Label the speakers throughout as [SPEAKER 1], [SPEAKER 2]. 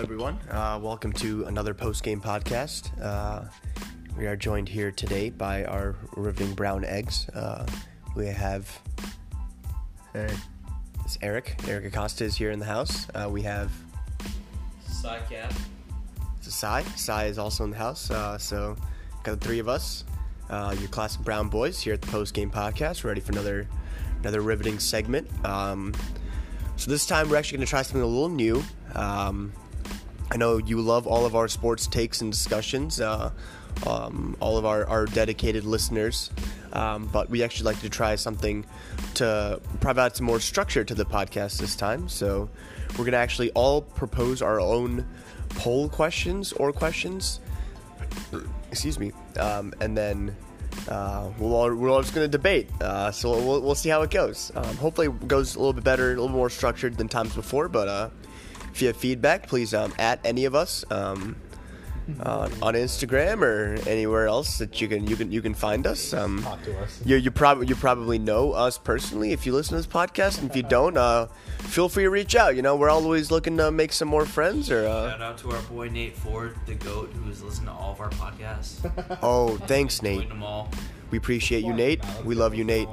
[SPEAKER 1] everyone. Uh, welcome to another post game podcast. Uh, we are joined here today by our riveting brown eggs. Uh, we have
[SPEAKER 2] Hey.
[SPEAKER 1] it's Eric. Eric Acosta is here in the house. Uh, we have
[SPEAKER 3] Psycap.
[SPEAKER 1] it's Sai. Sai is also in the house. Uh, so, got the three of us, uh, your classic brown boys here at the post game podcast, ready for another another riveting segment. Um, so this time we're actually going to try something a little new. Um, I know you love all of our sports takes and discussions, uh, um, all of our, our dedicated listeners, um, but we actually like to try something to provide some more structure to the podcast this time. So we're going to actually all propose our own poll questions or questions. Excuse me. Um, and then uh, we'll all, we're all just going to debate. Uh, so we'll, we'll see how it goes. Um, hopefully, it goes a little bit better, a little more structured than times before, but. Uh, if you have feedback, please um, at any of us um, uh, on Instagram or anywhere else that you can you can you can find us. Um,
[SPEAKER 2] Talk to us.
[SPEAKER 1] You you probably you probably know us personally if you listen to this podcast, and if you don't, uh, feel free to reach out. You know we're always looking to make some more friends. Or uh,
[SPEAKER 3] Shout out to our boy Nate Ford, the goat, who's listened to all of our podcasts.
[SPEAKER 1] oh, thanks, Nate.
[SPEAKER 3] Joined them all.
[SPEAKER 1] We appreciate you, Nate. We love you, Nate.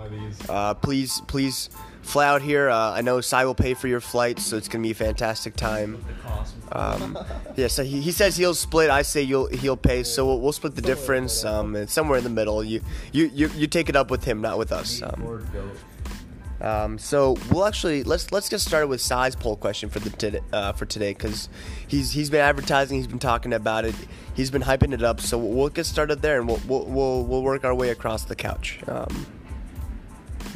[SPEAKER 1] Uh, please please fly out here. Uh, I know Cy will pay for your flights, so it's gonna be a fantastic time.
[SPEAKER 3] The cost.
[SPEAKER 1] Um, yeah, so he, he says he'll split. I say you'll he'll pay. So we'll, we'll split the
[SPEAKER 2] Somewhere in the
[SPEAKER 1] difference.
[SPEAKER 2] middle.
[SPEAKER 1] Um, it's somewhere in the middle. You you you, you take it up with him, not with us.
[SPEAKER 3] Nate
[SPEAKER 1] Um,
[SPEAKER 3] Ford, goat.
[SPEAKER 1] um, so we'll actually let's let's get started with size poll question for the today, uh, for today because he's he's been advertising, he's been talking about it, he's been hyping it up. So we'll get started there, and we'll we'll we'll, we'll work our way across the couch. Um,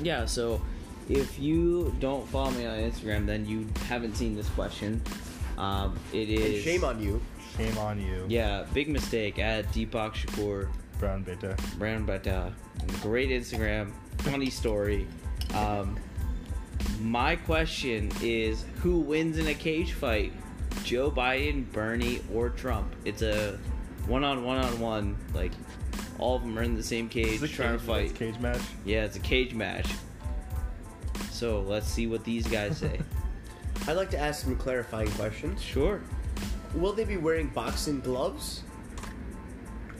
[SPEAKER 4] Yeah, so if you don't follow me on Instagram, then you haven't seen this question. Um, it
[SPEAKER 1] and
[SPEAKER 4] is
[SPEAKER 1] shame on you.
[SPEAKER 2] Shame on you,
[SPEAKER 4] yeah, big mistake at Deepak Shakur
[SPEAKER 2] Brown Beta.
[SPEAKER 4] Brown Bata. Great Instagram, funny story. Um, my question is who wins in a cage fight? Joe Biden, Bernie, or Trump? It's a one on one on one. Like all of them are in the same cage trying to fight.
[SPEAKER 2] Cage match.
[SPEAKER 4] Yeah, it's a cage match. So let's see what these guys say.
[SPEAKER 1] I'd like to ask some clarifying questions.
[SPEAKER 4] sure.
[SPEAKER 1] Will they be wearing boxing gloves,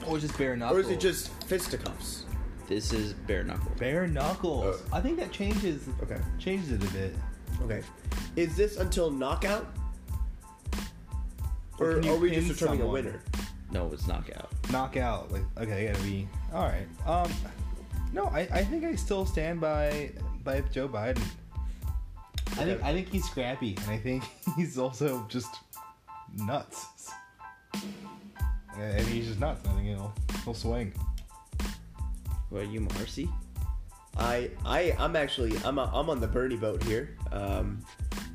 [SPEAKER 5] Or just bare knuckles.
[SPEAKER 1] or is it just fisticuffs?
[SPEAKER 4] This is bare knuckle.
[SPEAKER 5] bare knuckles?
[SPEAKER 1] Uh,
[SPEAKER 5] I think that changes
[SPEAKER 1] Okay.
[SPEAKER 5] changes it a bit.
[SPEAKER 1] Okay. Is this until knockout? Or,
[SPEAKER 5] Or can you
[SPEAKER 1] are we just
[SPEAKER 5] pin
[SPEAKER 1] determining a
[SPEAKER 5] someone?
[SPEAKER 1] winner?
[SPEAKER 4] No, it's knockout.
[SPEAKER 5] Knockout. Like okay, they gotta be all right. Um, no, I, I think I still stand by by Joe Biden. I think I think he's scrappy, and I think he's also just nuts. I I think he's just nuts. I think he'll he'll swing.
[SPEAKER 4] What are you, Marcy?
[SPEAKER 1] I I I'm actually I'm a, I'm on the Bernie boat here. Um,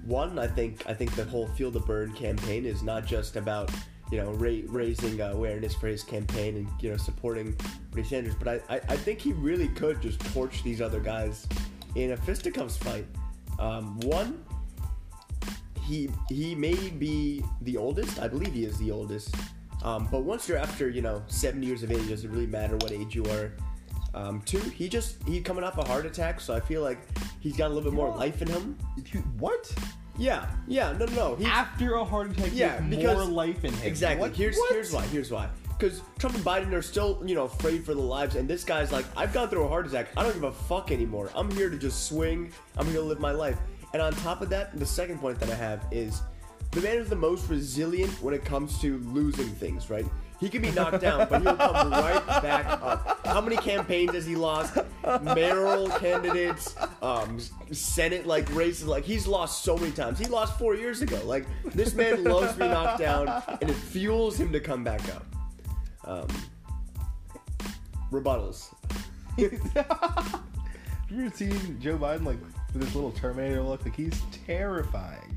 [SPEAKER 1] one, I think I think the whole Feel the Burn campaign is not just about you know ra- raising awareness for his campaign and you know supporting Bernie Sanders, but I, I I think he really could just torch these other guys in a fisticuffs fight. Um, one, he he may be the oldest. I believe he is the oldest. Um, but once you're after you know 70 years of age, it doesn't really matter what age you are. Um, two, he just he coming off a heart attack, so I feel like he's got a little bit more life in him.
[SPEAKER 5] If you- What?
[SPEAKER 1] Yeah, yeah, no, no, no. He,
[SPEAKER 5] After a heart attack,
[SPEAKER 1] Yeah,
[SPEAKER 5] there's more
[SPEAKER 1] because-
[SPEAKER 5] life in him.
[SPEAKER 1] exactly.
[SPEAKER 5] What?
[SPEAKER 1] Here's
[SPEAKER 5] What?
[SPEAKER 1] here's why. Here's why. Because Trump and Biden are still you know afraid for their lives, and this guy's like, I've gone through a heart attack. I don't give a fuck anymore. I'm here to just swing. I'm here to live my life. And on top of that, the second point that I have is the man is the most resilient when it comes to losing things. Right? He can be knocked down, but he'll come right back up. How many campaigns has he lost? Mayoral candidates, um, Senate like races. Like he's lost so many times. He lost four years ago. Like this man loves to be knocked down, and it fuels him to come back up. Um, rebuttals.
[SPEAKER 5] Have you ever seen Joe Biden like with his little Terminator look? Like he's terrifying.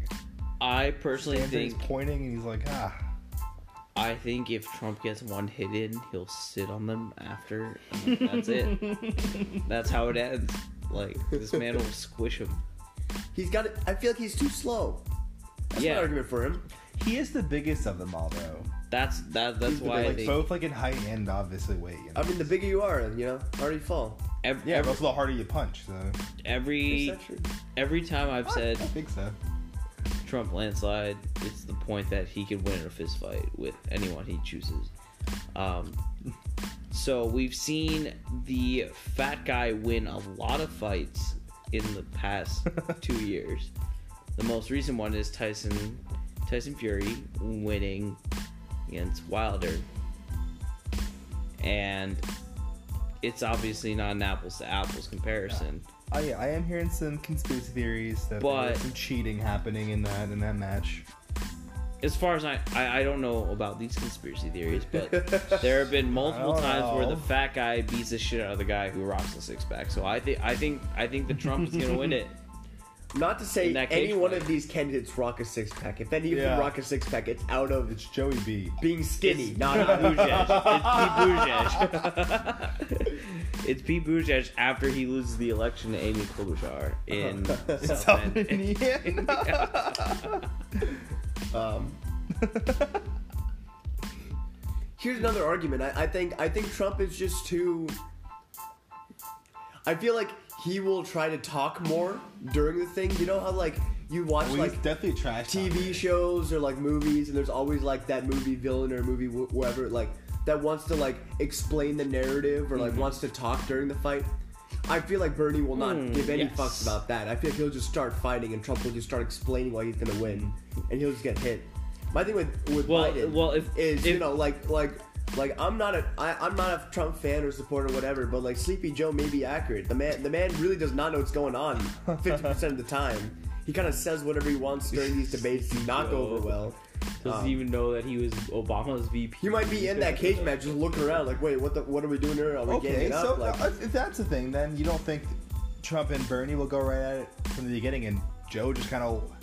[SPEAKER 4] I personally
[SPEAKER 5] Stands there, he's
[SPEAKER 4] think
[SPEAKER 5] pointing and he's like, ah.
[SPEAKER 4] I think if Trump gets one hit in, he'll sit on them after. and That's it. That's how it ends. Like this man will squish him.
[SPEAKER 1] He's got. it. I feel like he's too slow. That's yeah.
[SPEAKER 4] Yeah.
[SPEAKER 1] an argument for him.
[SPEAKER 5] He is the biggest of them all, though.
[SPEAKER 4] That's that. That's
[SPEAKER 1] He's the
[SPEAKER 4] why I
[SPEAKER 1] big-
[SPEAKER 4] think
[SPEAKER 5] Both like in height and obviously weight. You know?
[SPEAKER 1] I mean, the bigger you are, you know, harder you fall.
[SPEAKER 4] ev-
[SPEAKER 5] yeah,
[SPEAKER 4] every
[SPEAKER 5] but also the harder you punch. So
[SPEAKER 1] Is
[SPEAKER 4] every, every
[SPEAKER 1] that true?
[SPEAKER 4] every time I've said
[SPEAKER 5] I think so.
[SPEAKER 4] Trump landslide. It's the point that he could win in a fist fight with anyone he chooses. Um, so we've seen the fat guy win a lot of fights in the past two years. The most recent one is Tyson Tyson Fury winning against Wilder. And it's obviously not an apples to apples comparison.
[SPEAKER 5] Oh yeah, I am hearing some conspiracy theories that there was
[SPEAKER 4] But-
[SPEAKER 5] some cheating happening in that in that match.
[SPEAKER 4] As far as I, I, I don't know about these conspiracy theories, but there have been multiple
[SPEAKER 5] I don't
[SPEAKER 4] times where
[SPEAKER 5] know.
[SPEAKER 4] the fat guy beats the shit out of the guy who rocks the six pack. So I think I think I think the Trump is gonna win it.
[SPEAKER 1] Not to say
[SPEAKER 4] In that
[SPEAKER 1] any
[SPEAKER 4] cage
[SPEAKER 1] one
[SPEAKER 4] fight.
[SPEAKER 1] of these candidates rock a six pack. If any of
[SPEAKER 5] Yeah.
[SPEAKER 1] them rock a six pack, it's out of
[SPEAKER 5] It's Joey B.
[SPEAKER 1] being skinny,
[SPEAKER 4] It's
[SPEAKER 1] not
[SPEAKER 4] Pete
[SPEAKER 1] out of
[SPEAKER 4] Buttigieg. It's Pete Buttigieg. it's Pete Buttigieg after he loses the election to Amy Klobuchar in South
[SPEAKER 5] South
[SPEAKER 4] Bend.
[SPEAKER 5] Indiana.
[SPEAKER 1] Um, here's another argument. I, I think I think Trump is just too. I feel like he will try to talk more during the thing. You know how like you watch
[SPEAKER 5] well, he's
[SPEAKER 1] like
[SPEAKER 5] definitely trash.
[SPEAKER 1] TV shows or like movies, and there's always like that movie villain or movie wh- whoever like that wants to like explain the narrative or like
[SPEAKER 4] Mm-hmm.
[SPEAKER 1] wants to talk during the fight. I feel like Bernie will not
[SPEAKER 4] Mm,
[SPEAKER 1] give any
[SPEAKER 4] yes.
[SPEAKER 1] fucks about that. I feel like he'll just start fighting, and Trump will just start explaining why he's gonna win, and he'll just get hit. My thing with with
[SPEAKER 4] Well,
[SPEAKER 1] Biden
[SPEAKER 4] well, if-
[SPEAKER 1] is
[SPEAKER 4] if-
[SPEAKER 1] you know like like. Like I'm not a I, I'm not a Trump fan or supporter or whatever, but like Sleepy Joe may be accurate. The man the man really does not know what's going on 50 percent of the time. He kind of says whatever he wants during these debates to not go over well.
[SPEAKER 4] Doesn't
[SPEAKER 1] Um,
[SPEAKER 4] even know that he was Obama's VP.
[SPEAKER 1] He might be in that cage match just looking around like, wait, what the what are we doing here? Are we getting
[SPEAKER 5] Okay,
[SPEAKER 1] it
[SPEAKER 5] so
[SPEAKER 1] up? Like,
[SPEAKER 5] uh, if that's the thing, then you don't think Trump and Bernie will go right at it from the beginning, and Joe just kind of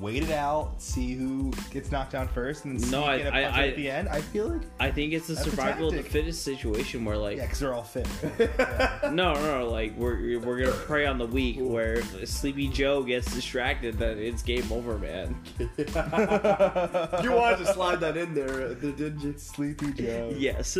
[SPEAKER 5] wait it out, see who gets knocked down first, and then
[SPEAKER 4] No, I-
[SPEAKER 5] sneak in a
[SPEAKER 4] I-
[SPEAKER 5] punch
[SPEAKER 4] I-
[SPEAKER 5] at the end. I feel like
[SPEAKER 4] I think it's the
[SPEAKER 5] That's a
[SPEAKER 4] survival of the
[SPEAKER 5] tactic.
[SPEAKER 4] fittest situation where like
[SPEAKER 5] yeah, because they're all fit.
[SPEAKER 4] no, no, no, like we're we're gonna prey on the weak where if Sleepy Joe gets distracted, then it's game over, man.
[SPEAKER 5] uh,
[SPEAKER 1] you wanted to slide that in there, uh, didn't you?
[SPEAKER 5] Sleepy Joe.
[SPEAKER 4] Yes.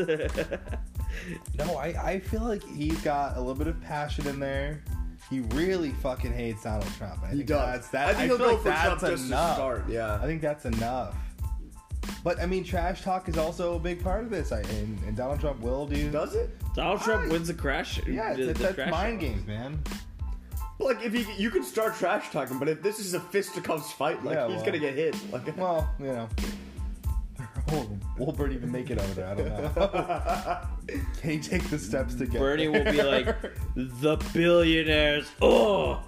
[SPEAKER 5] No, I, I feel like he's got a little bit of passion in there. He really fucking hates Donald Trump. I
[SPEAKER 1] He
[SPEAKER 5] think
[SPEAKER 1] does.
[SPEAKER 5] That's, that,
[SPEAKER 1] I think he'll
[SPEAKER 5] feel
[SPEAKER 1] go
[SPEAKER 5] like
[SPEAKER 1] for Trump
[SPEAKER 5] that's
[SPEAKER 1] just
[SPEAKER 5] enough.
[SPEAKER 1] to start.
[SPEAKER 5] I
[SPEAKER 1] Yeah.
[SPEAKER 5] think that's enough. But I mean, trash talk is also a big part of this, I, and, and Donald Trump will do.
[SPEAKER 1] Does it?
[SPEAKER 4] Donald Trump
[SPEAKER 5] I-
[SPEAKER 4] wins the crash.
[SPEAKER 5] yeah,
[SPEAKER 4] the,
[SPEAKER 5] it's,
[SPEAKER 4] the
[SPEAKER 5] that's
[SPEAKER 4] crash
[SPEAKER 5] mind
[SPEAKER 4] out.
[SPEAKER 5] games, man.
[SPEAKER 1] Like if he, you can start trash talking, but if this is a fisticuffs fight, like
[SPEAKER 5] Yeah,
[SPEAKER 1] he's
[SPEAKER 5] well.
[SPEAKER 1] gonna get hit. Like,
[SPEAKER 5] Well, you know, will, will Bernie even make it over there? I don't know. Can he take the steps to get
[SPEAKER 4] Bernie will
[SPEAKER 5] there?
[SPEAKER 4] be like the billionaires. Oh,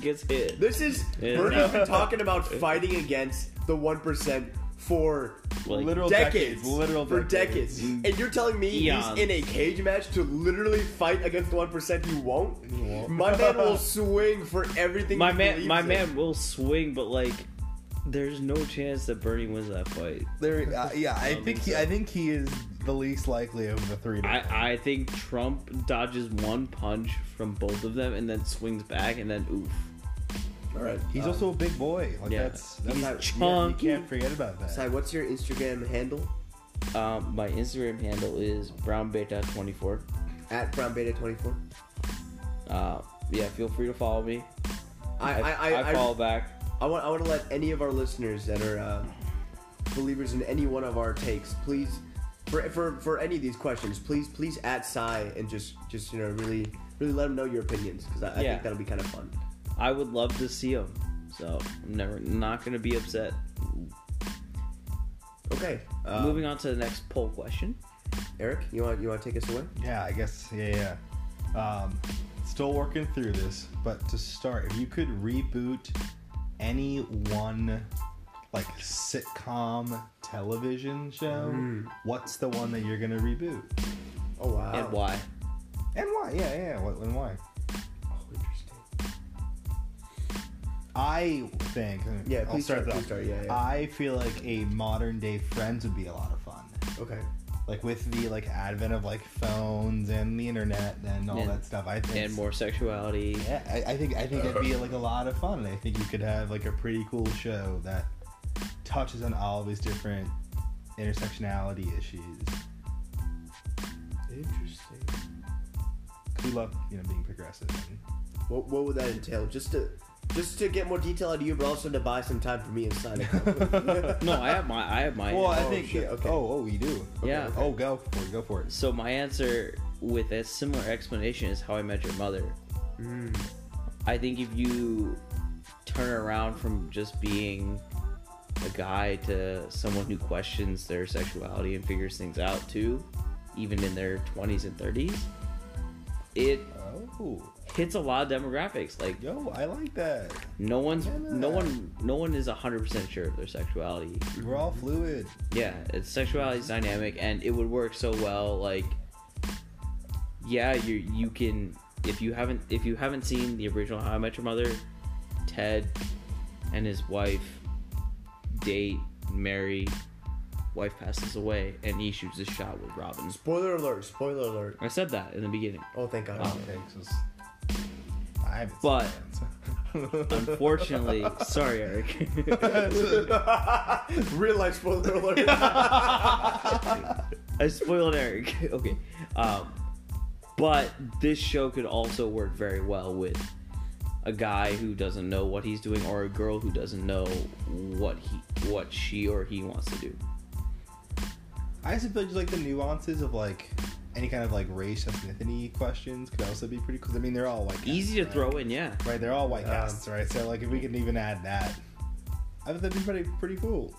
[SPEAKER 4] gets hit.
[SPEAKER 1] This is
[SPEAKER 4] Yeah.
[SPEAKER 1] Bernie's been talking about fighting against the one percent for
[SPEAKER 4] Like,
[SPEAKER 5] literal
[SPEAKER 1] decades,
[SPEAKER 5] decades, literal Mm.
[SPEAKER 1] for decades. and you're telling me
[SPEAKER 4] Eons.
[SPEAKER 1] he's in a cage match to literally fight against the one percent? You won't.
[SPEAKER 5] He won't.
[SPEAKER 1] My man will swing for everything.
[SPEAKER 4] my
[SPEAKER 1] he
[SPEAKER 4] man,
[SPEAKER 1] believes
[SPEAKER 4] my
[SPEAKER 1] in.
[SPEAKER 4] man will swing, but like, there's no chance that Bernie wins that fight.
[SPEAKER 5] There, uh, yeah, I
[SPEAKER 4] don't
[SPEAKER 5] think
[SPEAKER 4] think
[SPEAKER 5] he,
[SPEAKER 4] so.
[SPEAKER 5] I think he is the least likely of the three. to win.
[SPEAKER 4] I, I think Trump dodges one punch from both of them and then swings back and then oof.
[SPEAKER 1] All right.
[SPEAKER 5] He's
[SPEAKER 1] Uh,
[SPEAKER 5] also a big boy. Like
[SPEAKER 4] um, yeah.
[SPEAKER 5] that's that's
[SPEAKER 1] He's
[SPEAKER 5] not- you, you
[SPEAKER 4] chunky.
[SPEAKER 5] can't forget about that.
[SPEAKER 1] Sai, what's your Instagram handle?
[SPEAKER 4] Um, my Instagram handle is brownbeta24.
[SPEAKER 1] At Brown Beta twenty four.
[SPEAKER 4] Uh, yeah, feel free to follow me.
[SPEAKER 1] I I, I, I,
[SPEAKER 4] follow back.
[SPEAKER 1] I want I want to let any of our listeners that are uh, believers in any one of our takes, please, for for, for any of these questions, please please at Sai and just just you know really really let them know your opinions because I, I
[SPEAKER 4] Yeah.
[SPEAKER 1] think that'll be kind of fun.
[SPEAKER 4] I would love to see him. So I'm never not gonna be upset.
[SPEAKER 1] Okay, uh,
[SPEAKER 4] Moving on to the next poll question.
[SPEAKER 1] Eric, you want you want to take us away?
[SPEAKER 5] Yeah, I guess. Yeah, yeah. Um, still working through this, but to start, if you could reboot any one like sitcom television show, what's the one that you're gonna reboot,
[SPEAKER 1] Oh wow.
[SPEAKER 4] And why?
[SPEAKER 5] and why? Yeah, yeah. yeah. What and why?
[SPEAKER 1] Oh, interesting.
[SPEAKER 5] I think.
[SPEAKER 1] Yeah,
[SPEAKER 5] I'll
[SPEAKER 1] please
[SPEAKER 5] start.
[SPEAKER 1] start,
[SPEAKER 5] though.
[SPEAKER 1] please start, yeah, yeah.
[SPEAKER 5] I feel like a modern day Friends would be a lot of fun.
[SPEAKER 1] Okay.
[SPEAKER 5] like with the like advent of like phones and the internet and all
[SPEAKER 4] And-
[SPEAKER 5] that stuff. I think
[SPEAKER 4] And more sexuality.
[SPEAKER 5] Yeah, I, I think I think it'd be like a lot of fun, and I think you could have like a pretty cool show that touches on all these different intersectionality issues.
[SPEAKER 1] Interesting.
[SPEAKER 5] 'Cause We love you know being progressive. And
[SPEAKER 1] What what would that entail? Just to Just to get more detail out of you, but also to buy some time for me and sign it.
[SPEAKER 4] No, I have my I have my.
[SPEAKER 5] Well, I
[SPEAKER 1] Oh,
[SPEAKER 5] think.
[SPEAKER 1] shit, okay.
[SPEAKER 5] Oh, oh, you do.
[SPEAKER 4] Yeah.
[SPEAKER 5] Oh, go for it. Go for it.
[SPEAKER 4] So my answer with a similar explanation is How I Met Your Mother. I think if you turn around from just being a guy to someone who questions their sexuality and figures things out too, even in their 20s and 30s, it
[SPEAKER 5] Oh,
[SPEAKER 4] hits a lot of demographics. Like
[SPEAKER 5] yo, I like that.
[SPEAKER 4] no one's
[SPEAKER 5] Yeah.
[SPEAKER 4] no one no one is 100% sure of their sexuality.
[SPEAKER 5] We're all fluid.
[SPEAKER 4] Yeah, it's sexuality is dynamic, and it would work so well. Like, yeah, you you can if you haven't if you haven't seen the original How I Met Your Mother, Ted and his wife date, marry, wife passes away, and he shoots a shot with Robin.
[SPEAKER 1] spoiler alert! Spoiler alert!
[SPEAKER 4] I said that in the beginning.
[SPEAKER 1] Oh, thank God.
[SPEAKER 4] Oh.
[SPEAKER 5] Okay, so s- I haven't seen
[SPEAKER 4] But-
[SPEAKER 5] that, so-
[SPEAKER 4] Unfortunately, sorry, Eric.
[SPEAKER 1] Real life spoiler alert.
[SPEAKER 4] I spoiled Eric. okay. Um, but this show could also work very well with a guy who doesn't know what he's doing or a girl who doesn't know what he what she or he wants to do.
[SPEAKER 5] I also feel just like the nuances of like any kind of like race ethnicity questions could also be pretty cool. 'Cause, I mean, they're all white.
[SPEAKER 4] Easy to
[SPEAKER 5] casts, right?
[SPEAKER 4] throw in, yeah.
[SPEAKER 5] Right, they're all white
[SPEAKER 1] Um,
[SPEAKER 5] casts, right? So like, if we can even add that, I think that'd be pretty pretty cool.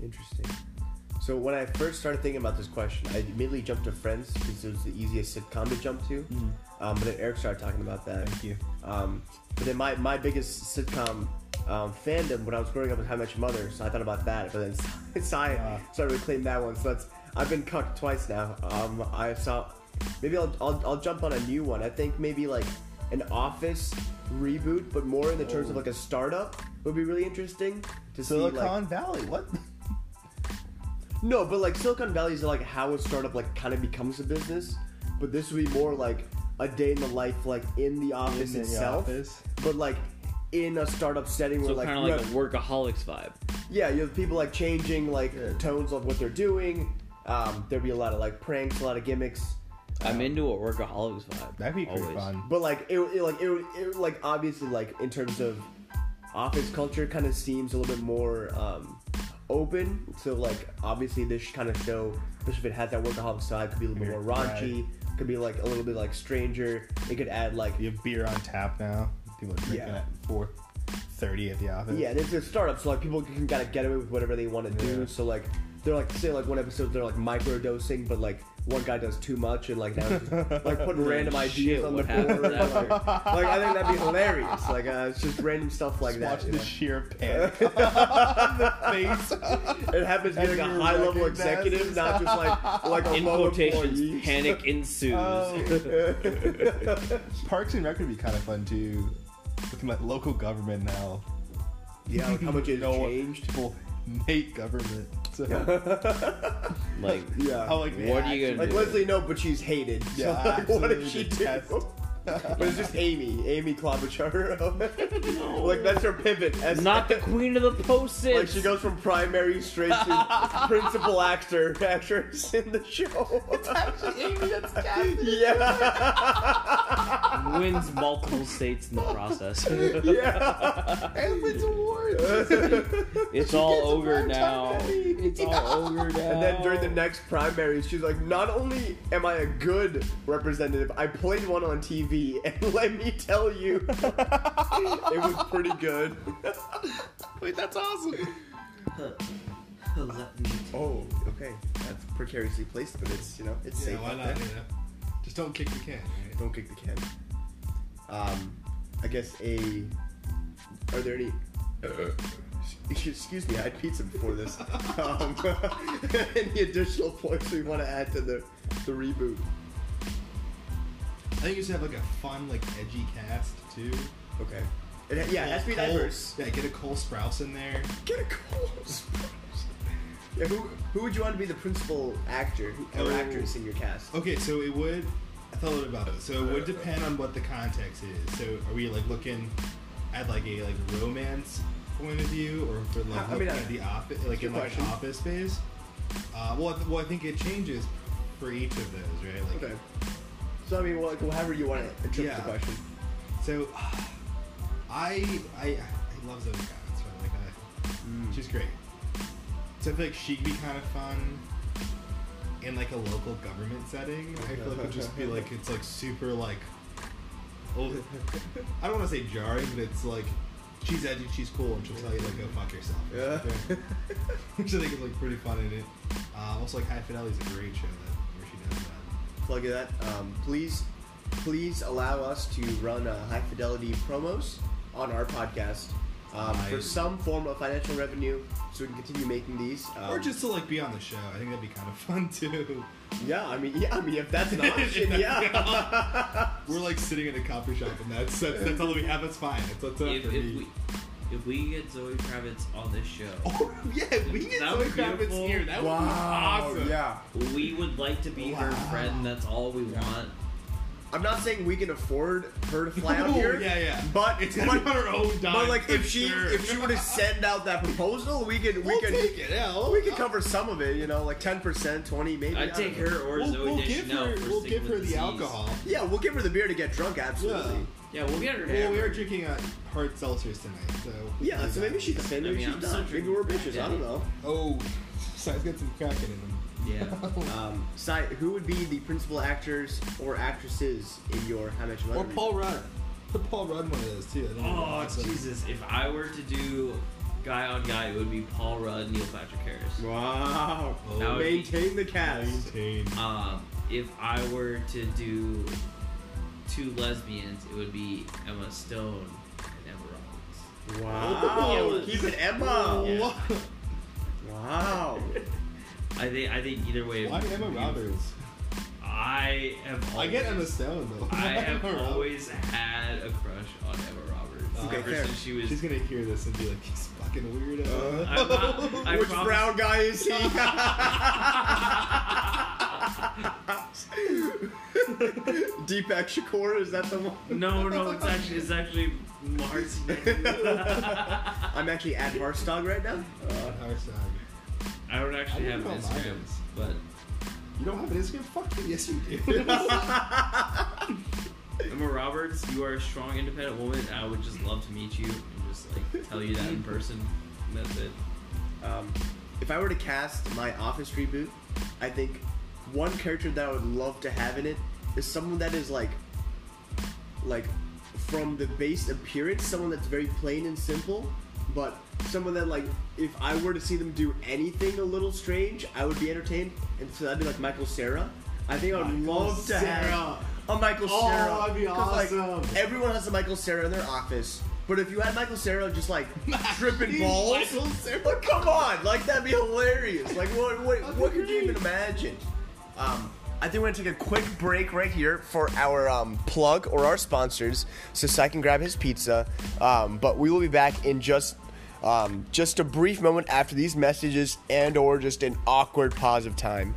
[SPEAKER 1] Interesting. So when I first started thinking about this question, I immediately jumped to Friends because it was the easiest sitcom to jump to. Um, but then Eric started talking about that.
[SPEAKER 5] Mm. Thank you.
[SPEAKER 1] Um, but then my, my biggest sitcom um, fandom when I was growing up was How I Met Your Mother, so I thought about that. But then Sai
[SPEAKER 5] Ah.
[SPEAKER 1] started to claim that one, so that's I've been cucked twice now. Um, I saw maybe I'll, I'll I'll jump on a new one. I think maybe like an Office reboot, but more in the terms of
[SPEAKER 5] Oh.
[SPEAKER 1] like a startup would be really interesting to see. Like,
[SPEAKER 5] Silicon Valley, what?
[SPEAKER 1] no, but like Silicon Valley is like how a startup like kind of becomes a business, but this would be more like a day in the life, like in the office
[SPEAKER 5] the
[SPEAKER 1] itself,
[SPEAKER 5] office.
[SPEAKER 1] but like in a startup setting where
[SPEAKER 4] So
[SPEAKER 1] like,
[SPEAKER 4] kind of
[SPEAKER 1] you
[SPEAKER 4] like a
[SPEAKER 1] have-
[SPEAKER 4] workaholics vibe.
[SPEAKER 1] yeah, you have people like changing like tones of what they're doing. Um, there'd be a lot of like pranks, a lot of gimmicks,
[SPEAKER 4] I'm into a workaholics vibe.
[SPEAKER 5] That'd be pretty
[SPEAKER 4] always.
[SPEAKER 5] fun.
[SPEAKER 1] but like it, it like it, it like obviously like in terms of office culture, kind of seems a little bit more um, open. So like obviously this kind of show, especially if it has that workaholic side, could be a little bit more raunchy. Could be like a little bit like stranger. It could add like
[SPEAKER 5] You have beer on tap now. People are drinking
[SPEAKER 1] Yeah.
[SPEAKER 5] at four thirty at the office.
[SPEAKER 1] Yeah, it's a startup, so like people can kind of get away with whatever they want to do.
[SPEAKER 5] Yeah.
[SPEAKER 1] So like they're like say like one episode they're like microdosing, but like one guy does too much and like now it's just, like putting random
[SPEAKER 4] Holy
[SPEAKER 1] ideas
[SPEAKER 4] shit,
[SPEAKER 1] on the
[SPEAKER 4] what
[SPEAKER 1] board.
[SPEAKER 4] happened
[SPEAKER 1] Like,
[SPEAKER 4] after?
[SPEAKER 1] like, I think that'd be hilarious. Like uh, it's just random stuff like
[SPEAKER 5] Just watch
[SPEAKER 1] that.
[SPEAKER 5] the sheer panic on the face.
[SPEAKER 1] It happens to be like
[SPEAKER 5] And
[SPEAKER 1] a
[SPEAKER 5] you
[SPEAKER 1] high level
[SPEAKER 5] recognize
[SPEAKER 1] executive,
[SPEAKER 5] it.
[SPEAKER 1] not just like like a
[SPEAKER 4] In
[SPEAKER 1] low
[SPEAKER 4] quotations,
[SPEAKER 1] employee.
[SPEAKER 4] panic ensues.
[SPEAKER 1] Oh.
[SPEAKER 5] Parks and Rec would be kind of fun too. Looking at local government now.
[SPEAKER 1] Yeah, like how much it's
[SPEAKER 5] No one-
[SPEAKER 1] changed.
[SPEAKER 5] People hate government. So
[SPEAKER 4] like
[SPEAKER 1] Yeah.
[SPEAKER 5] how like
[SPEAKER 4] What are you gonna
[SPEAKER 1] Like
[SPEAKER 4] do?
[SPEAKER 1] Leslie, no, but she's hated. So,
[SPEAKER 5] Yeah, I
[SPEAKER 1] like, what did
[SPEAKER 5] absolutely
[SPEAKER 1] she
[SPEAKER 5] detest-
[SPEAKER 1] do? but it's just Amy, Amy Klobuchar. Like that's her pivot. As
[SPEAKER 4] not the queen of the post
[SPEAKER 1] like she goes from primary straight to principal actor actress in the show. yeah,
[SPEAKER 4] wins multiple states in the process.
[SPEAKER 1] yeah.
[SPEAKER 5] And wins awards.
[SPEAKER 4] It's all over now. It's all over now.
[SPEAKER 1] And then during the next primary, she's like, "Not only am I a good representative, I played one on TV, and let me tell you, it was pretty good."
[SPEAKER 5] Wait, that's awesome.
[SPEAKER 3] Let me
[SPEAKER 1] Oh, okay. That's precariously placed, but it's you know it's safe. out there.
[SPEAKER 5] Just don't kick the can.
[SPEAKER 1] Don't kick the can. Um, I guess a. Are there any? excuse me, I had pizza before this. um, any additional points we want to add to the the reboot?
[SPEAKER 5] I think you should have like a fun, like edgy cast too.
[SPEAKER 1] Okay. It, yeah, it has to be diverse.
[SPEAKER 5] Yeah, get a Cole Sprouse in there.
[SPEAKER 1] Get a close. yeah, who who would you want to be the principal actor who- or
[SPEAKER 5] Oh.
[SPEAKER 1] actress in your cast?
[SPEAKER 5] Okay, so it would. I thought a little about it. So it would depend on what the context is. So are we like looking at like a like romance point of view, or if we're like
[SPEAKER 1] I- I mean,
[SPEAKER 5] looking
[SPEAKER 1] I-
[SPEAKER 5] at the office, like
[SPEAKER 1] your
[SPEAKER 5] in like an
[SPEAKER 1] question.
[SPEAKER 5] office space? Uh, well, I th- well, I think it changes for each of those, right? Like,
[SPEAKER 1] Okay. So I mean, well, like, however you want to interpret
[SPEAKER 5] Yeah.
[SPEAKER 1] the question.
[SPEAKER 5] so I I, I love Zoe Kravitz. Right? Like I, she's great. So I feel like she could be kind of fun in like a local government setting. I feel like it would just be like it's like super like. oh, I don't want to say jarring, but it's like she's edgy, she's cool, and she'll tell you like go fuck yourself. or something. Which I think is like pretty fun in it. Uh, also, like High Fidelity's a great show that where she does that.
[SPEAKER 1] plug of that. Um, please, please allow us to run uh, high fidelity promos on our podcast um, for
[SPEAKER 5] Nice.
[SPEAKER 1] some form of financial revenue, so we can continue making these. Um,
[SPEAKER 5] or just to like be on the show. I think that'd be kind of fun too.
[SPEAKER 1] yeah, I mean, yeah, I mean, if that's an option, yeah.
[SPEAKER 5] We're like sitting in a coffee shop, and that's that's, that's all we have. That's fine. That's, that's enough
[SPEAKER 3] If,
[SPEAKER 5] for
[SPEAKER 3] if
[SPEAKER 5] me.
[SPEAKER 3] we if we get Zoe Kravitz on this show,
[SPEAKER 5] Oh, yeah, if we get
[SPEAKER 3] That
[SPEAKER 5] Zoe
[SPEAKER 3] would be
[SPEAKER 5] Kravitz
[SPEAKER 3] beautiful.
[SPEAKER 5] here. That
[SPEAKER 2] Wow.
[SPEAKER 5] would be awesome.
[SPEAKER 2] Yeah.
[SPEAKER 3] we would like to be her
[SPEAKER 5] Wow.
[SPEAKER 3] friend. That's all we want.
[SPEAKER 1] I'm not saying we can afford her to fly out
[SPEAKER 5] Ooh,
[SPEAKER 1] here.
[SPEAKER 5] yeah, yeah.
[SPEAKER 1] But
[SPEAKER 5] It's gonna be on her own dime.
[SPEAKER 1] But like,
[SPEAKER 5] for
[SPEAKER 1] if she
[SPEAKER 5] sure.
[SPEAKER 1] if she were to send out that proposal, we could we
[SPEAKER 5] we'll
[SPEAKER 1] could
[SPEAKER 5] take it. Yeah, we'll,
[SPEAKER 1] we could cover some of it. You know, like ten percent, twenty, maybe. I
[SPEAKER 3] I'd
[SPEAKER 1] don't
[SPEAKER 3] take
[SPEAKER 1] know.
[SPEAKER 3] her or
[SPEAKER 5] We'll,
[SPEAKER 3] Zoe
[SPEAKER 5] we'll give
[SPEAKER 3] Deschanel
[SPEAKER 5] her
[SPEAKER 3] for
[SPEAKER 5] we'll
[SPEAKER 3] Sick
[SPEAKER 5] give
[SPEAKER 3] with
[SPEAKER 5] her the
[SPEAKER 3] Disease.
[SPEAKER 5] alcohol.
[SPEAKER 1] Yeah, we'll give her the beer to get drunk. Absolutely.
[SPEAKER 5] Yeah.
[SPEAKER 3] Yeah, we'll get her.
[SPEAKER 5] Well, we are
[SPEAKER 3] hammered.
[SPEAKER 5] drinking uh, hard seltzers tonight, so
[SPEAKER 1] Yeah, so maybe she's offended.
[SPEAKER 3] I
[SPEAKER 1] Maybe
[SPEAKER 3] mean,
[SPEAKER 1] she's
[SPEAKER 3] I'm
[SPEAKER 1] not.
[SPEAKER 3] still
[SPEAKER 1] maybe
[SPEAKER 3] drinking
[SPEAKER 1] we're
[SPEAKER 3] Red
[SPEAKER 1] bitches. I
[SPEAKER 3] Dead.
[SPEAKER 1] don't know.
[SPEAKER 5] Oh, so I've got some cracking in them.
[SPEAKER 3] Yeah.
[SPEAKER 1] Um, si- who would be the principal actors or actresses in your How Much Money?
[SPEAKER 5] or Paul Rudd. The Paul Rudd one of those too. I think that'd be
[SPEAKER 3] Oh
[SPEAKER 5] awesome.
[SPEAKER 3] Jesus! If I were to do guy on guy, it would be Paul Rudd, Neil Patrick Harris.
[SPEAKER 1] Wow.
[SPEAKER 3] That would be-
[SPEAKER 1] Maintain the cast.
[SPEAKER 5] Maintained.
[SPEAKER 3] Um, if I were to do two lesbians, it would be Emma Stone and Emma Roberts.
[SPEAKER 1] Wow.
[SPEAKER 3] Yeah.
[SPEAKER 1] Keep it Emma.
[SPEAKER 3] Yeah.
[SPEAKER 5] Why-
[SPEAKER 1] Wow.
[SPEAKER 3] I think I think either way.
[SPEAKER 5] Why Emma Roberts?
[SPEAKER 3] I am.
[SPEAKER 5] I get Emma Stone
[SPEAKER 3] I
[SPEAKER 5] though. Why
[SPEAKER 3] have
[SPEAKER 5] Emma Roberts?
[SPEAKER 3] always had a crush on Emma Roberts.
[SPEAKER 5] Okay,
[SPEAKER 3] ever
[SPEAKER 1] fair.
[SPEAKER 3] since she was.
[SPEAKER 5] She's gonna hear this and be like, "He's fucking weirdo."
[SPEAKER 3] I'm not- I
[SPEAKER 1] Which
[SPEAKER 3] promise-
[SPEAKER 1] brown guy is he? Deepak Shakur, is that the one?
[SPEAKER 3] No, no, it's actually it's actually Marcy.
[SPEAKER 1] I'm actually at Harstog right now.
[SPEAKER 5] Uh, our side.
[SPEAKER 3] I don't actually
[SPEAKER 5] I
[SPEAKER 3] have
[SPEAKER 5] wouldn't
[SPEAKER 3] an
[SPEAKER 5] call mine
[SPEAKER 3] Instagram,
[SPEAKER 5] is.
[SPEAKER 3] but
[SPEAKER 5] You don't have an Instagram? Fuck you. Yes, you do.
[SPEAKER 3] Emma Roberts, you are a strong, independent woman. and I would just love to meet you and just like tell you that in person. And that's it.
[SPEAKER 1] Um, if I were to cast my office reboot, I think one character that I would love to have in it is someone that is like, like from the base appearance, someone that's very plain and simple, but someone that like if I were to see them do anything a little strange, I would be entertained, and so that'd be like Michael Sarah. I think I would
[SPEAKER 5] Michael
[SPEAKER 1] love to
[SPEAKER 5] Cera.
[SPEAKER 1] have a Michael
[SPEAKER 5] Oh,
[SPEAKER 1] Sarah.
[SPEAKER 5] that'd be awesome.
[SPEAKER 1] Like, everyone has a Michael Sarah in their office, but if you had Michael Sarah just like tripping balls,
[SPEAKER 5] Michael Cera.
[SPEAKER 1] but come on, like that'd be hilarious. Like what what,
[SPEAKER 5] That'd be
[SPEAKER 1] what could you
[SPEAKER 5] great.
[SPEAKER 1] even imagine? Um I think we're gonna take a quick break right here for our um, plug or our sponsors, so Sai can grab his pizza. Um, but we will be back in just um, just a brief moment after these messages and or just an awkward pause of time.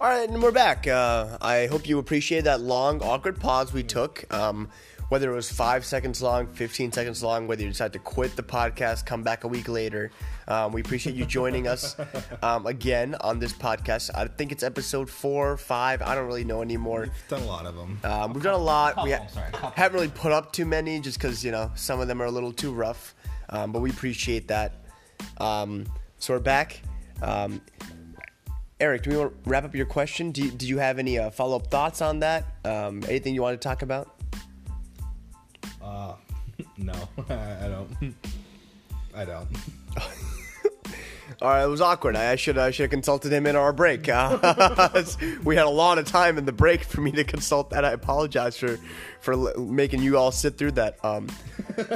[SPEAKER 1] All right, and we're back. Uh, I hope you appreciate that long, awkward pause we took. Um, whether it was five seconds long, 15 seconds long, whether you decide to quit the podcast, come back a week later, um, we appreciate you joining us um, again on this podcast. I think it's episode four, five. I don't really know anymore.
[SPEAKER 5] done a lot of them.
[SPEAKER 3] Uh,
[SPEAKER 1] Um, we've done a lot. We
[SPEAKER 5] Couple, sorry, a couple.
[SPEAKER 1] haven't really put up too many just because, you know, some of them are a little too rough. Um, but we appreciate that. Um, so we're back. Um, Eric, do we want to wrap up your question? Do you, do you have any uh, follow up thoughts on that? Um, anything you want to talk about?
[SPEAKER 5] Uh, no, I don't. I don't.
[SPEAKER 1] All right, it was awkward. I, I should I should have consulted him in our break. Uh, we had a lot of time in the break for me to consult that. I apologize for for l- making you all sit through that. Um,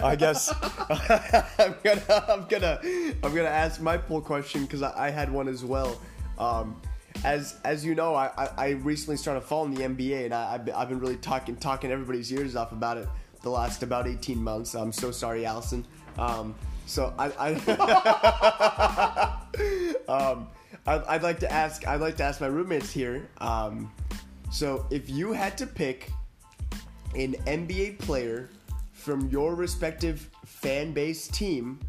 [SPEAKER 1] I guess I'm gonna I'm gonna I'm gonna ask my poll question because I, I had one as well. Um, as as you know, I, I, I recently started following the NBA, and I, I've been- I've been really talking talking everybody's ears off about it the last about 18 months. I'm so sorry, Allison. Um, so I. I um, I'd, I'd like to ask. I'd like to ask my roommates here. Um, so, if you had to pick an NBA player from your respective fan base team,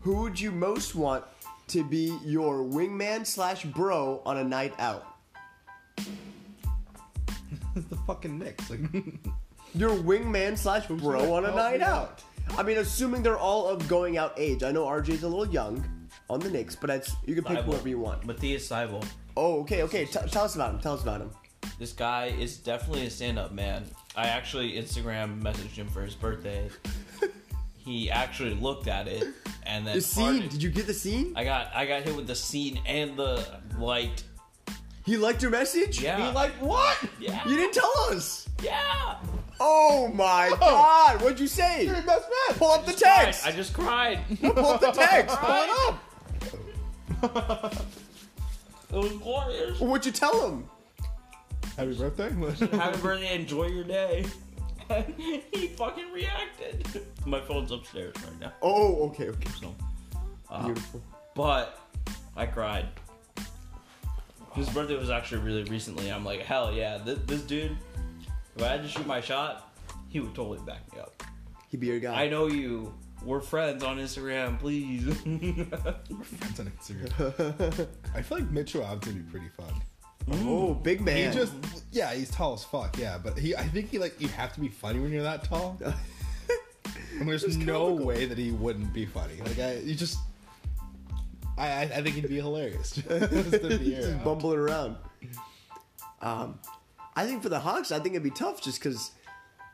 [SPEAKER 1] who would you most want to be your wingman slash bro on a night out?
[SPEAKER 6] the fucking Knicks. Like,
[SPEAKER 1] Your wingman slash bro
[SPEAKER 6] gonna
[SPEAKER 1] on a
[SPEAKER 6] help
[SPEAKER 1] night
[SPEAKER 6] me
[SPEAKER 1] out. I mean, assuming they're all of going out age. I know RJ's a little young on the Knicks, but that's, you can pick
[SPEAKER 4] Seibel.
[SPEAKER 1] whoever you want.
[SPEAKER 4] Matthias Seibel.
[SPEAKER 1] Oh, okay, okay. T- tell us about him. Tell us about him.
[SPEAKER 4] This guy is definitely a stand-up man. I actually Instagram messaged him for his birthday. he actually looked at it and then
[SPEAKER 1] The scene.
[SPEAKER 4] farted.
[SPEAKER 1] Did you get the scene?
[SPEAKER 4] I got I got hit with the scene and the light.
[SPEAKER 1] He liked your message.
[SPEAKER 4] Yeah.
[SPEAKER 1] He liked what?
[SPEAKER 4] Yeah.
[SPEAKER 1] You didn't tell us.
[SPEAKER 4] Yeah.
[SPEAKER 1] Oh my God! What'd you say? You're best man. Pull up the text.
[SPEAKER 4] I just cried.
[SPEAKER 1] Pull up the text. Pull it up.
[SPEAKER 4] it was glorious.
[SPEAKER 1] What'd you tell him?
[SPEAKER 5] Happy birthday.
[SPEAKER 4] Happy birthday. Enjoy your day. And he fucking reacted. My phone's upstairs right now.
[SPEAKER 1] Oh, okay, okay.
[SPEAKER 4] So, uh,
[SPEAKER 1] Beautiful.
[SPEAKER 4] but I cried. His birthday was actually really recently. I'm like, hell yeah, this, this dude. If I had to shoot my shot, he would totally back me up.
[SPEAKER 1] He'd be your guy.
[SPEAKER 4] I know you. We're friends on Instagram, please.
[SPEAKER 5] Friends on Instagram. I feel like Mitchell Robinson would be pretty fun.
[SPEAKER 1] Oh, big man.
[SPEAKER 5] He just, yeah, he's tall as fuck, yeah, but he, I think he like, you have to be funny when you're that tall. And there's
[SPEAKER 1] Just
[SPEAKER 5] no
[SPEAKER 1] comical.
[SPEAKER 5] way that he wouldn't be funny. Like, I, you just, I, I, I think he'd be hilarious. just to be
[SPEAKER 1] just
[SPEAKER 5] around.
[SPEAKER 1] bumbling around. Um, I think for the Hawks, I think it'd be tough just because.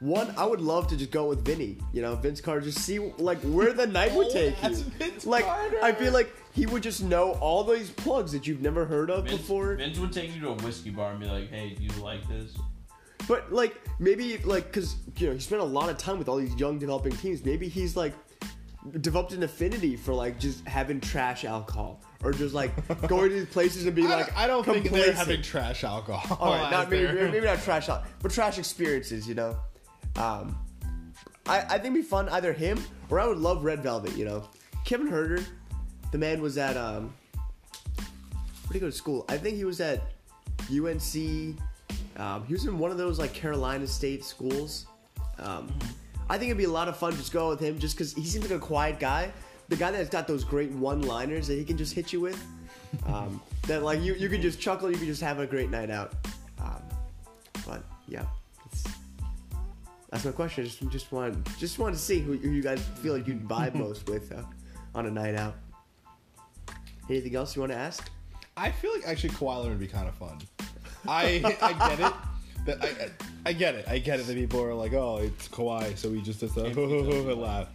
[SPEAKER 1] One, I would love to just go with Vinny. You know, Vince Carter. Just see like where the night would take you.
[SPEAKER 5] that's Vince
[SPEAKER 1] like
[SPEAKER 5] Carter.
[SPEAKER 1] I feel like he would just know all these plugs that you've never heard of before.
[SPEAKER 4] Vince would take you to a whiskey bar and be like, hey, do you like this?
[SPEAKER 1] But like maybe like because you know he spent a lot of time with all these young developing teams. Maybe he's like developed an affinity for like just having trash alcohol or just like going to these places and being
[SPEAKER 5] I
[SPEAKER 1] like
[SPEAKER 5] don't, I don't think they're
[SPEAKER 1] complacent.
[SPEAKER 5] having trash alcohol.
[SPEAKER 1] All right, not
[SPEAKER 5] as
[SPEAKER 1] maybe,
[SPEAKER 5] their-
[SPEAKER 1] maybe not trash out, but trash experiences, you know. Um, I I think it'd be fun either him or I would love Red Velvet, you know. Kevin Herder, the man was at um, where did he go to school? I think he was at UNC. Um, he was in one of those like Carolina State schools. Um, I think it'd be a lot of fun just go with him, just because he seems like a quiet guy, the guy that's got those great one-liners that he can just hit you with. Um, that like you you could just chuckle, you could just have a great night out. Um, but yeah, it's, that's my question. I just just want just want to see who, who you guys feel like you'd vibe most with uh, on a night out. Anything else you want to ask?
[SPEAKER 5] I feel like actually Kawhi Leonard would be kind of fun. I I get it. That I, I get it. I get it that people are like, oh, it's Kawhi, so he just does the and laugh.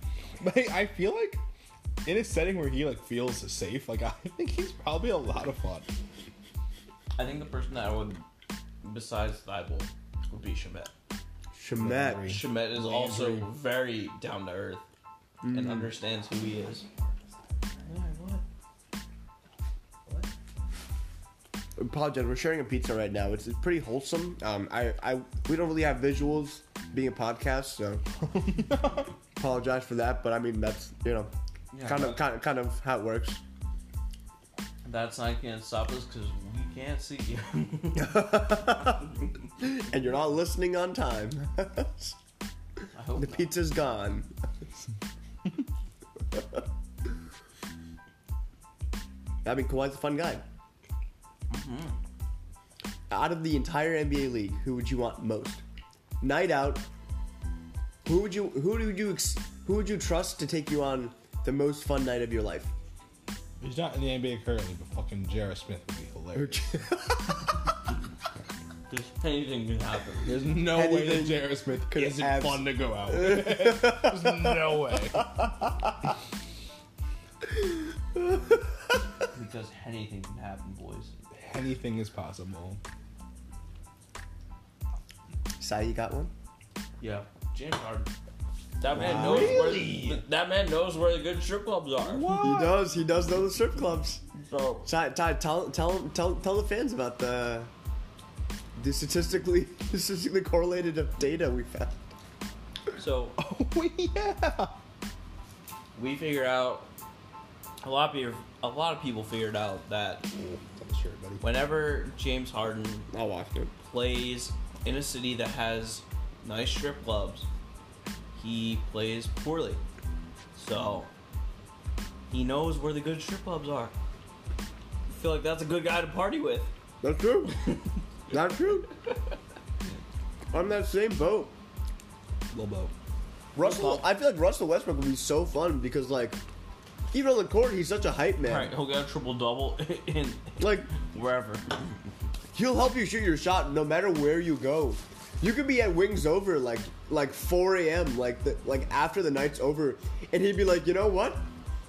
[SPEAKER 5] But I feel like in a setting where he like feels safe, like I think he's probably a lot of fun.
[SPEAKER 4] I think the person that I would, besides Thibault, would be Shemet.
[SPEAKER 1] Shemet.
[SPEAKER 4] Shemet is also very down to earth
[SPEAKER 5] Mm.
[SPEAKER 4] and understands who he is.
[SPEAKER 1] apologize. We're sharing a pizza right now. It's, it's pretty wholesome. Um, I, I, we don't really have visuals being a podcast, so apologize for that. But I mean, that's you know,
[SPEAKER 4] Yeah,
[SPEAKER 1] kind of,
[SPEAKER 4] but-
[SPEAKER 1] kind of, kind of how it works.
[SPEAKER 4] That's not gonna stop us because we can't see you.
[SPEAKER 1] and you're not listening on time.
[SPEAKER 4] I hope
[SPEAKER 1] the
[SPEAKER 4] not.
[SPEAKER 1] pizza's gone. I mean, Kawhi's a fun guy. Mm-hmm. Out of the entire NBA league, who would you want most? Night out. Who would you? Who would you? Ex- who would you trust to take you on the most fun night of your life?
[SPEAKER 5] He's not in the NBA currently, but fucking Jarrett Smith would be hilarious.
[SPEAKER 4] There's anything can happen.
[SPEAKER 5] There's no way that
[SPEAKER 1] Anything
[SPEAKER 5] Jarrett Smith
[SPEAKER 1] could
[SPEAKER 5] isn't
[SPEAKER 1] abs-
[SPEAKER 5] fun to go out with. There's no way.
[SPEAKER 4] Because anything can happen, boys.
[SPEAKER 5] Anything is possible.
[SPEAKER 1] Sai, you got one?
[SPEAKER 4] Yeah, James Harden. That man knows really? where that man knows where the good strip clubs are.
[SPEAKER 1] He does. He does know the strip clubs.
[SPEAKER 4] So
[SPEAKER 1] Ty, Ty, tell, tell, tell, tell the fans about the the statistically statistically correlated of data we found.
[SPEAKER 4] so
[SPEAKER 5] Oh yeah.
[SPEAKER 4] we figure out a lot of people, a lot of people figured out that
[SPEAKER 5] Sure, buddy.
[SPEAKER 4] whenever James Harden
[SPEAKER 1] I watched it.
[SPEAKER 4] plays in a city that has nice strip clubs, he plays poorly. So he knows where the good strip clubs are. I feel like that's a good guy to party with.
[SPEAKER 1] That's true. That's true. On that same boat.
[SPEAKER 5] Lobo.
[SPEAKER 1] Russell, I feel like Russell Westbrook would be so fun because, like, even on the court, he's such a hype man.
[SPEAKER 4] All right, he'll get a triple double in
[SPEAKER 1] Like,
[SPEAKER 4] wherever.
[SPEAKER 1] he'll help you shoot your shot no matter where you go. You could be at Wings Over like like 4 a.m. like the, like after the night's over, and he'd be like, you know what?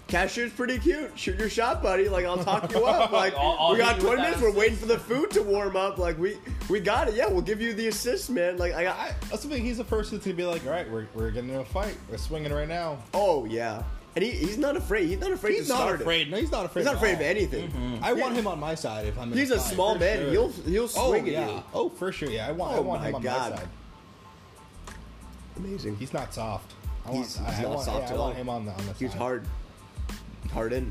[SPEAKER 1] Cashier's pretty cute. Shoot your shot, buddy. Like I'll talk you up. Like
[SPEAKER 4] I'll- I'll
[SPEAKER 1] we got
[SPEAKER 4] hit you with
[SPEAKER 1] 20 minutes.
[SPEAKER 4] that
[SPEAKER 1] We're waiting for the food to warm up. Like we we got it. Yeah, we'll give you the assist, man. Like I got.
[SPEAKER 5] I, assuming he's the person that's gonna be like, all right, we're, we're getting in a fight. We're swinging right now.
[SPEAKER 1] Oh yeah, and he, he's not afraid. He's not afraid
[SPEAKER 5] He's
[SPEAKER 1] to
[SPEAKER 5] not
[SPEAKER 1] start
[SPEAKER 5] afraid.
[SPEAKER 1] It.
[SPEAKER 5] No, he's not afraid.
[SPEAKER 1] He's not
[SPEAKER 5] at
[SPEAKER 1] afraid
[SPEAKER 5] all.
[SPEAKER 1] of anything.
[SPEAKER 5] I want him on my side if I'm. in
[SPEAKER 1] He's a
[SPEAKER 5] fight,
[SPEAKER 1] small
[SPEAKER 5] for
[SPEAKER 1] man.
[SPEAKER 5] sure.
[SPEAKER 1] He'll he'll swing
[SPEAKER 5] Oh
[SPEAKER 1] at
[SPEAKER 5] yeah.
[SPEAKER 1] you.
[SPEAKER 5] Oh for sure. Yeah, I want. I
[SPEAKER 1] Oh,
[SPEAKER 5] want
[SPEAKER 1] my
[SPEAKER 5] him on
[SPEAKER 1] God.
[SPEAKER 5] my side.
[SPEAKER 1] Amazing. He's,
[SPEAKER 5] He's not soft. I want,
[SPEAKER 1] He's- he's
[SPEAKER 5] I, I
[SPEAKER 1] not
[SPEAKER 5] want,
[SPEAKER 1] soft
[SPEAKER 5] yeah,
[SPEAKER 1] at
[SPEAKER 5] I
[SPEAKER 1] all.
[SPEAKER 5] want him on the on the side.
[SPEAKER 1] hard. Hard in.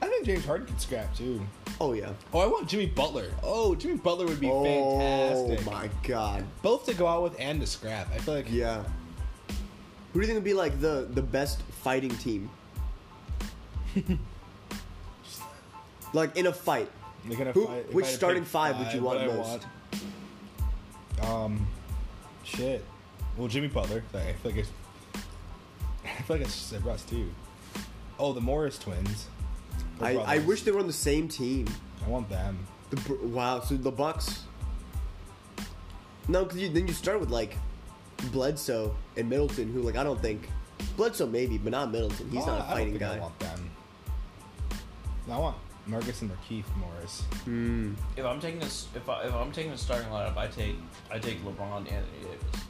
[SPEAKER 5] I think James Harden could scrap too.
[SPEAKER 1] Oh yeah.
[SPEAKER 5] Oh, I want Jimmy Butler. Oh, Jimmy Butler would be
[SPEAKER 1] Oh
[SPEAKER 5] fantastic.
[SPEAKER 1] my god.
[SPEAKER 5] Both to go out with and to scrap. I feel like
[SPEAKER 1] Yeah. Who do you think would be like the the best fighting team? like in a fight.
[SPEAKER 5] they're gonna
[SPEAKER 1] Who-
[SPEAKER 5] fight. if
[SPEAKER 1] which
[SPEAKER 5] I had to
[SPEAKER 1] starting
[SPEAKER 5] pick
[SPEAKER 1] five would you want
[SPEAKER 5] what I
[SPEAKER 1] most?
[SPEAKER 5] want- Um, shit. Well, Jimmy Butler. Like, I feel like it's. I feel like it's just said Russ too. Oh, the Morris twins. They're
[SPEAKER 1] I, I
[SPEAKER 5] brothers.
[SPEAKER 1] wish they were on the same team.
[SPEAKER 5] I want them.
[SPEAKER 1] The, Br- wow, so the Bucks. No, because you, then you start with like Bledsoe and Middleton, who like I don't think Bledsoe maybe, but not Middleton. He's
[SPEAKER 5] Oh,
[SPEAKER 1] not a
[SPEAKER 5] I don't
[SPEAKER 1] fighting
[SPEAKER 5] think
[SPEAKER 1] guy.
[SPEAKER 5] I want them. No, I want Marcus and Markeith Morris.
[SPEAKER 4] If I'm taking this, if I, if I'm taking a starting lineup, I take I take LeBron and Anthony Davis.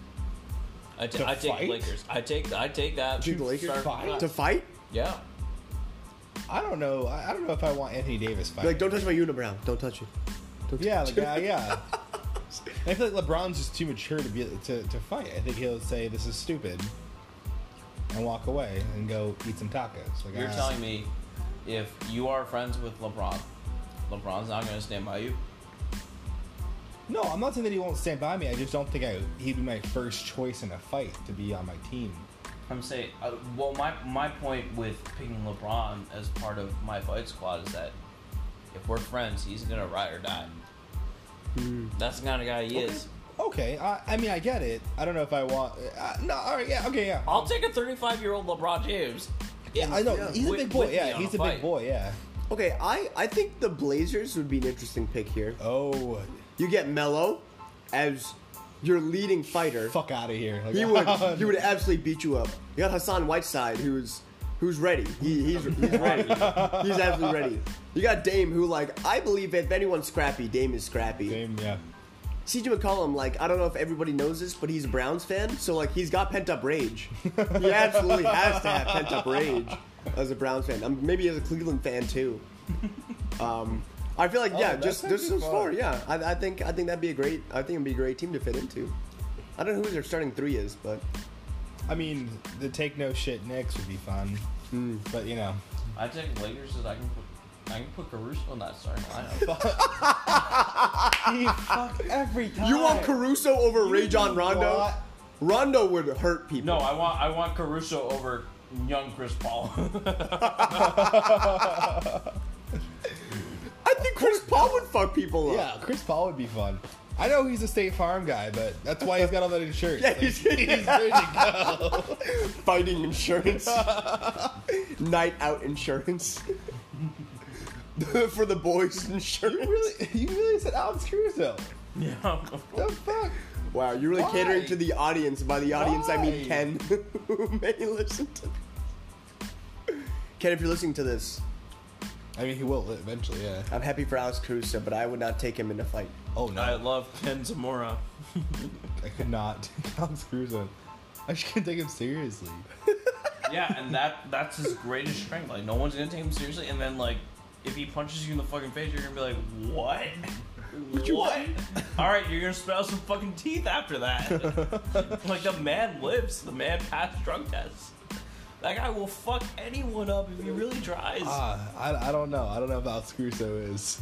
[SPEAKER 4] I ta-
[SPEAKER 5] To
[SPEAKER 4] I take
[SPEAKER 5] fight?
[SPEAKER 4] Lakers. I take I take that.
[SPEAKER 1] To the Lakers?
[SPEAKER 4] starting
[SPEAKER 5] Fight?
[SPEAKER 4] lineup.
[SPEAKER 1] To fight?
[SPEAKER 4] yeah.
[SPEAKER 5] I don't know. I, I don't know if I want Anthony Davis
[SPEAKER 1] Be
[SPEAKER 5] fighting.
[SPEAKER 1] Like don't touch my unibrow. Don't touch it. Don't
[SPEAKER 5] Yeah,
[SPEAKER 1] touch
[SPEAKER 5] like uh, yeah. I feel like LeBron's just too mature to be to, to fight. I think he'll say this is stupid and walk away and go eat some tacos. Like
[SPEAKER 4] You're
[SPEAKER 5] uh,
[SPEAKER 4] telling me if you are friends with LeBron, LeBron's not going to stand by you.
[SPEAKER 5] No, I'm not saying that he won't stand by me. I just don't think I he'd be my first choice in a fight to be on my team.
[SPEAKER 4] I'm saying, uh, well, my my point with picking LeBron as part of my fight squad is that if we're friends, he's going to ride or die. That's the kind of guy he is.
[SPEAKER 5] Okay, I, I mean I get it. I don't know if I want. Uh, no, all right, yeah, okay, yeah.
[SPEAKER 4] I'll take a 35 year old LeBron James.
[SPEAKER 5] yeah, I know
[SPEAKER 1] yeah.
[SPEAKER 5] he's a
[SPEAKER 4] With-
[SPEAKER 5] big boy.
[SPEAKER 4] with me
[SPEAKER 5] Yeah,
[SPEAKER 4] on
[SPEAKER 5] he's
[SPEAKER 4] a
[SPEAKER 5] a big
[SPEAKER 4] fight.
[SPEAKER 5] boy. Yeah.
[SPEAKER 1] Okay, I, I think the Blazers would be an interesting pick here.
[SPEAKER 5] Oh,
[SPEAKER 1] You get Melo as your leading fighter.
[SPEAKER 5] fuck out of here! Like,
[SPEAKER 1] He would he would absolutely beat you up. You got Hassan Whiteside who's who's ready. He, he's he's ready. he's absolutely ready. You got Dame who like I believe if anyone's scrappy, Dame is scrappy.
[SPEAKER 5] Same, yeah.
[SPEAKER 1] CJ McCollum, like, I don't know if everybody knows this, but he's a Browns fan, so like he's got pent up rage. he absolutely has to have pent up rage as a Browns fan. Um, maybe as a Cleveland fan too. Um, I feel like
[SPEAKER 5] Oh,
[SPEAKER 1] yeah,
[SPEAKER 5] that's
[SPEAKER 1] just this
[SPEAKER 5] actually
[SPEAKER 1] is far.
[SPEAKER 5] fun.
[SPEAKER 1] Yeah, I, I think I think that'd be a great. I think it'd be a great team to fit into. I don't know who their starting three is, but
[SPEAKER 5] I mean, the take no shit Knicks would be fun, but you know,
[SPEAKER 4] I take Lakers because I can put, I can put Caruso in that starting lineup.
[SPEAKER 5] he fuck every time.
[SPEAKER 1] you want Caruso over Rajon Rondo?
[SPEAKER 5] want-
[SPEAKER 1] Rondo would hurt people.
[SPEAKER 4] no, I want I want Caruso over young Chris Paul.
[SPEAKER 1] I think Chris Paul would fuck people up.
[SPEAKER 5] Yeah, Chris Paul would be fun. I know he's a State Farm guy, but that's why he's got all that insurance.
[SPEAKER 1] Yeah,
[SPEAKER 5] Like,
[SPEAKER 1] he's-
[SPEAKER 5] ready to
[SPEAKER 1] fighting insurance, night out insurance, for the boys
[SPEAKER 5] go.
[SPEAKER 1] insurance.
[SPEAKER 5] You really, you really said Alex Caruso.
[SPEAKER 4] yeah.
[SPEAKER 5] The fuck?
[SPEAKER 1] wow, you're really catering
[SPEAKER 5] Why?
[SPEAKER 1] to the audience. By the audience, I mean
[SPEAKER 5] Why?
[SPEAKER 1] Ken, who may listen to. Ken, if you're listening to this,
[SPEAKER 5] I mean, he will eventually. Yeah.
[SPEAKER 1] I'm happy for Alex Caruso, but I would not take him in a fight.
[SPEAKER 5] Oh no,
[SPEAKER 4] I
[SPEAKER 5] I,
[SPEAKER 4] love Ken Zamora.
[SPEAKER 5] could not take Alex Caruso. I just couldn't take him seriously.
[SPEAKER 4] Yeah, and that that's his greatest strength. Like no one's gonna take him seriously, and then like if he punches you in the fucking face, you're gonna be like, what? What? All right, you're gonna spit out some fucking teeth after that. like the man lives. The man passed drug tests. That guy will fuck anyone up if he really tries.
[SPEAKER 5] Ah, I, I don't know. I don't know if Alex Caruso is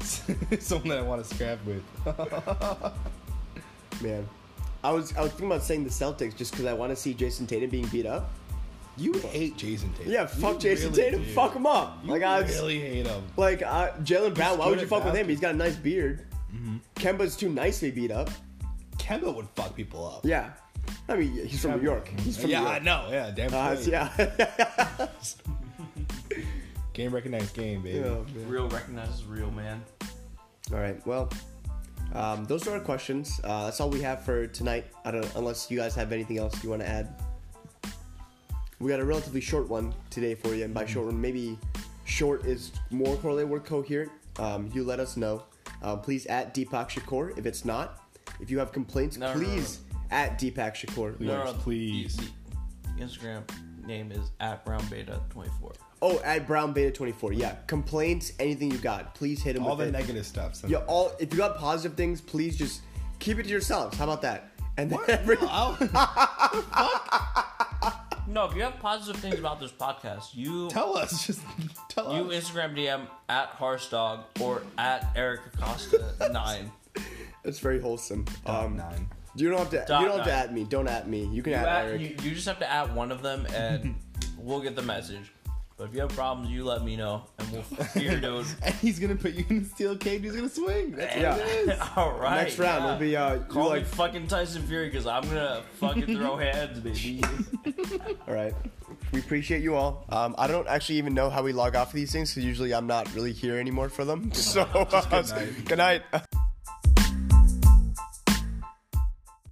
[SPEAKER 5] someone that I want to scrap with.
[SPEAKER 1] Man, I was I was thinking about saying the Celtics just because I want to see Jason Tatum being beat up.
[SPEAKER 5] You hate Jason Tatum.
[SPEAKER 1] Yeah, fuck
[SPEAKER 5] You
[SPEAKER 1] Jason
[SPEAKER 5] really
[SPEAKER 1] Tatum,
[SPEAKER 5] do.
[SPEAKER 1] fuck him up.
[SPEAKER 5] You
[SPEAKER 1] like I was-
[SPEAKER 5] really hate him.
[SPEAKER 1] like uh, Jalen Brown. Why
[SPEAKER 5] good
[SPEAKER 1] would you
[SPEAKER 5] at
[SPEAKER 1] fuck with him?
[SPEAKER 5] basketball. Mm-hmm.
[SPEAKER 1] He's got a nice beard. Kemba's too nicely beat up.
[SPEAKER 5] Kemba would fuck people up.
[SPEAKER 1] Yeah, I mean he's from New York. He's from
[SPEAKER 5] yeah,
[SPEAKER 1] New
[SPEAKER 5] I
[SPEAKER 1] York.
[SPEAKER 5] know. Yeah, damn.
[SPEAKER 1] Uh,
[SPEAKER 5] straight.
[SPEAKER 1] yeah.
[SPEAKER 5] Game recognized game, baby.
[SPEAKER 1] Oh, man.
[SPEAKER 4] Real recognizes real, man.
[SPEAKER 1] All right. Well, um, those are our questions. Uh, that's all we have for tonight. I don't unless you guys have anything else you want to add. We got a relatively short one today for you, and by short one, maybe short is more correlated with coherent. Um, you let us know. Um, please at Deepak Shakur if it's not. If you have complaints,
[SPEAKER 4] No, no, no,
[SPEAKER 1] please at Deepak Shakur.
[SPEAKER 4] No, no,
[SPEAKER 5] please.
[SPEAKER 4] The, the Instagram name is at brown beta 24.
[SPEAKER 1] Oh, at Brown Beta Twenty Four. Yeah, complaints, anything you got, please hit him.
[SPEAKER 5] All
[SPEAKER 1] with
[SPEAKER 5] the
[SPEAKER 1] it.
[SPEAKER 5] negative stuff. so-
[SPEAKER 1] Yeah, all if you got positive things, please just keep it to yourselves. How about that? And then every-
[SPEAKER 5] No, I'll-
[SPEAKER 4] No, if you have positive things about this podcast, you
[SPEAKER 5] tell us. Just tell
[SPEAKER 4] you
[SPEAKER 5] us.
[SPEAKER 4] Instagram DM at Harsdog or at Eric Acosta nine.
[SPEAKER 1] It's very wholesome. Um,
[SPEAKER 5] Nine.
[SPEAKER 1] you don't have to.
[SPEAKER 4] Dot
[SPEAKER 1] you don't have to
[SPEAKER 4] nine.
[SPEAKER 1] at me. Don't at me. You can
[SPEAKER 4] You,
[SPEAKER 1] at,
[SPEAKER 4] at,
[SPEAKER 1] Eric.
[SPEAKER 4] you, you just have to add one of them, and we'll get the message. But if you have problems, you let me know, and we'll figure it out.
[SPEAKER 7] And he's gonna put you in a steel cage. He's gonna swing. That's
[SPEAKER 1] Yeah.
[SPEAKER 7] what it is.
[SPEAKER 4] All right.
[SPEAKER 1] Next round will be uh, you
[SPEAKER 4] Call
[SPEAKER 1] like.
[SPEAKER 4] me fucking Tyson Fury because I'm gonna fucking throw hands, baby.
[SPEAKER 1] all right. We appreciate you all. Um, I don't actually even know how we log off of these things because usually I'm not really here anymore for them. So uh, good night.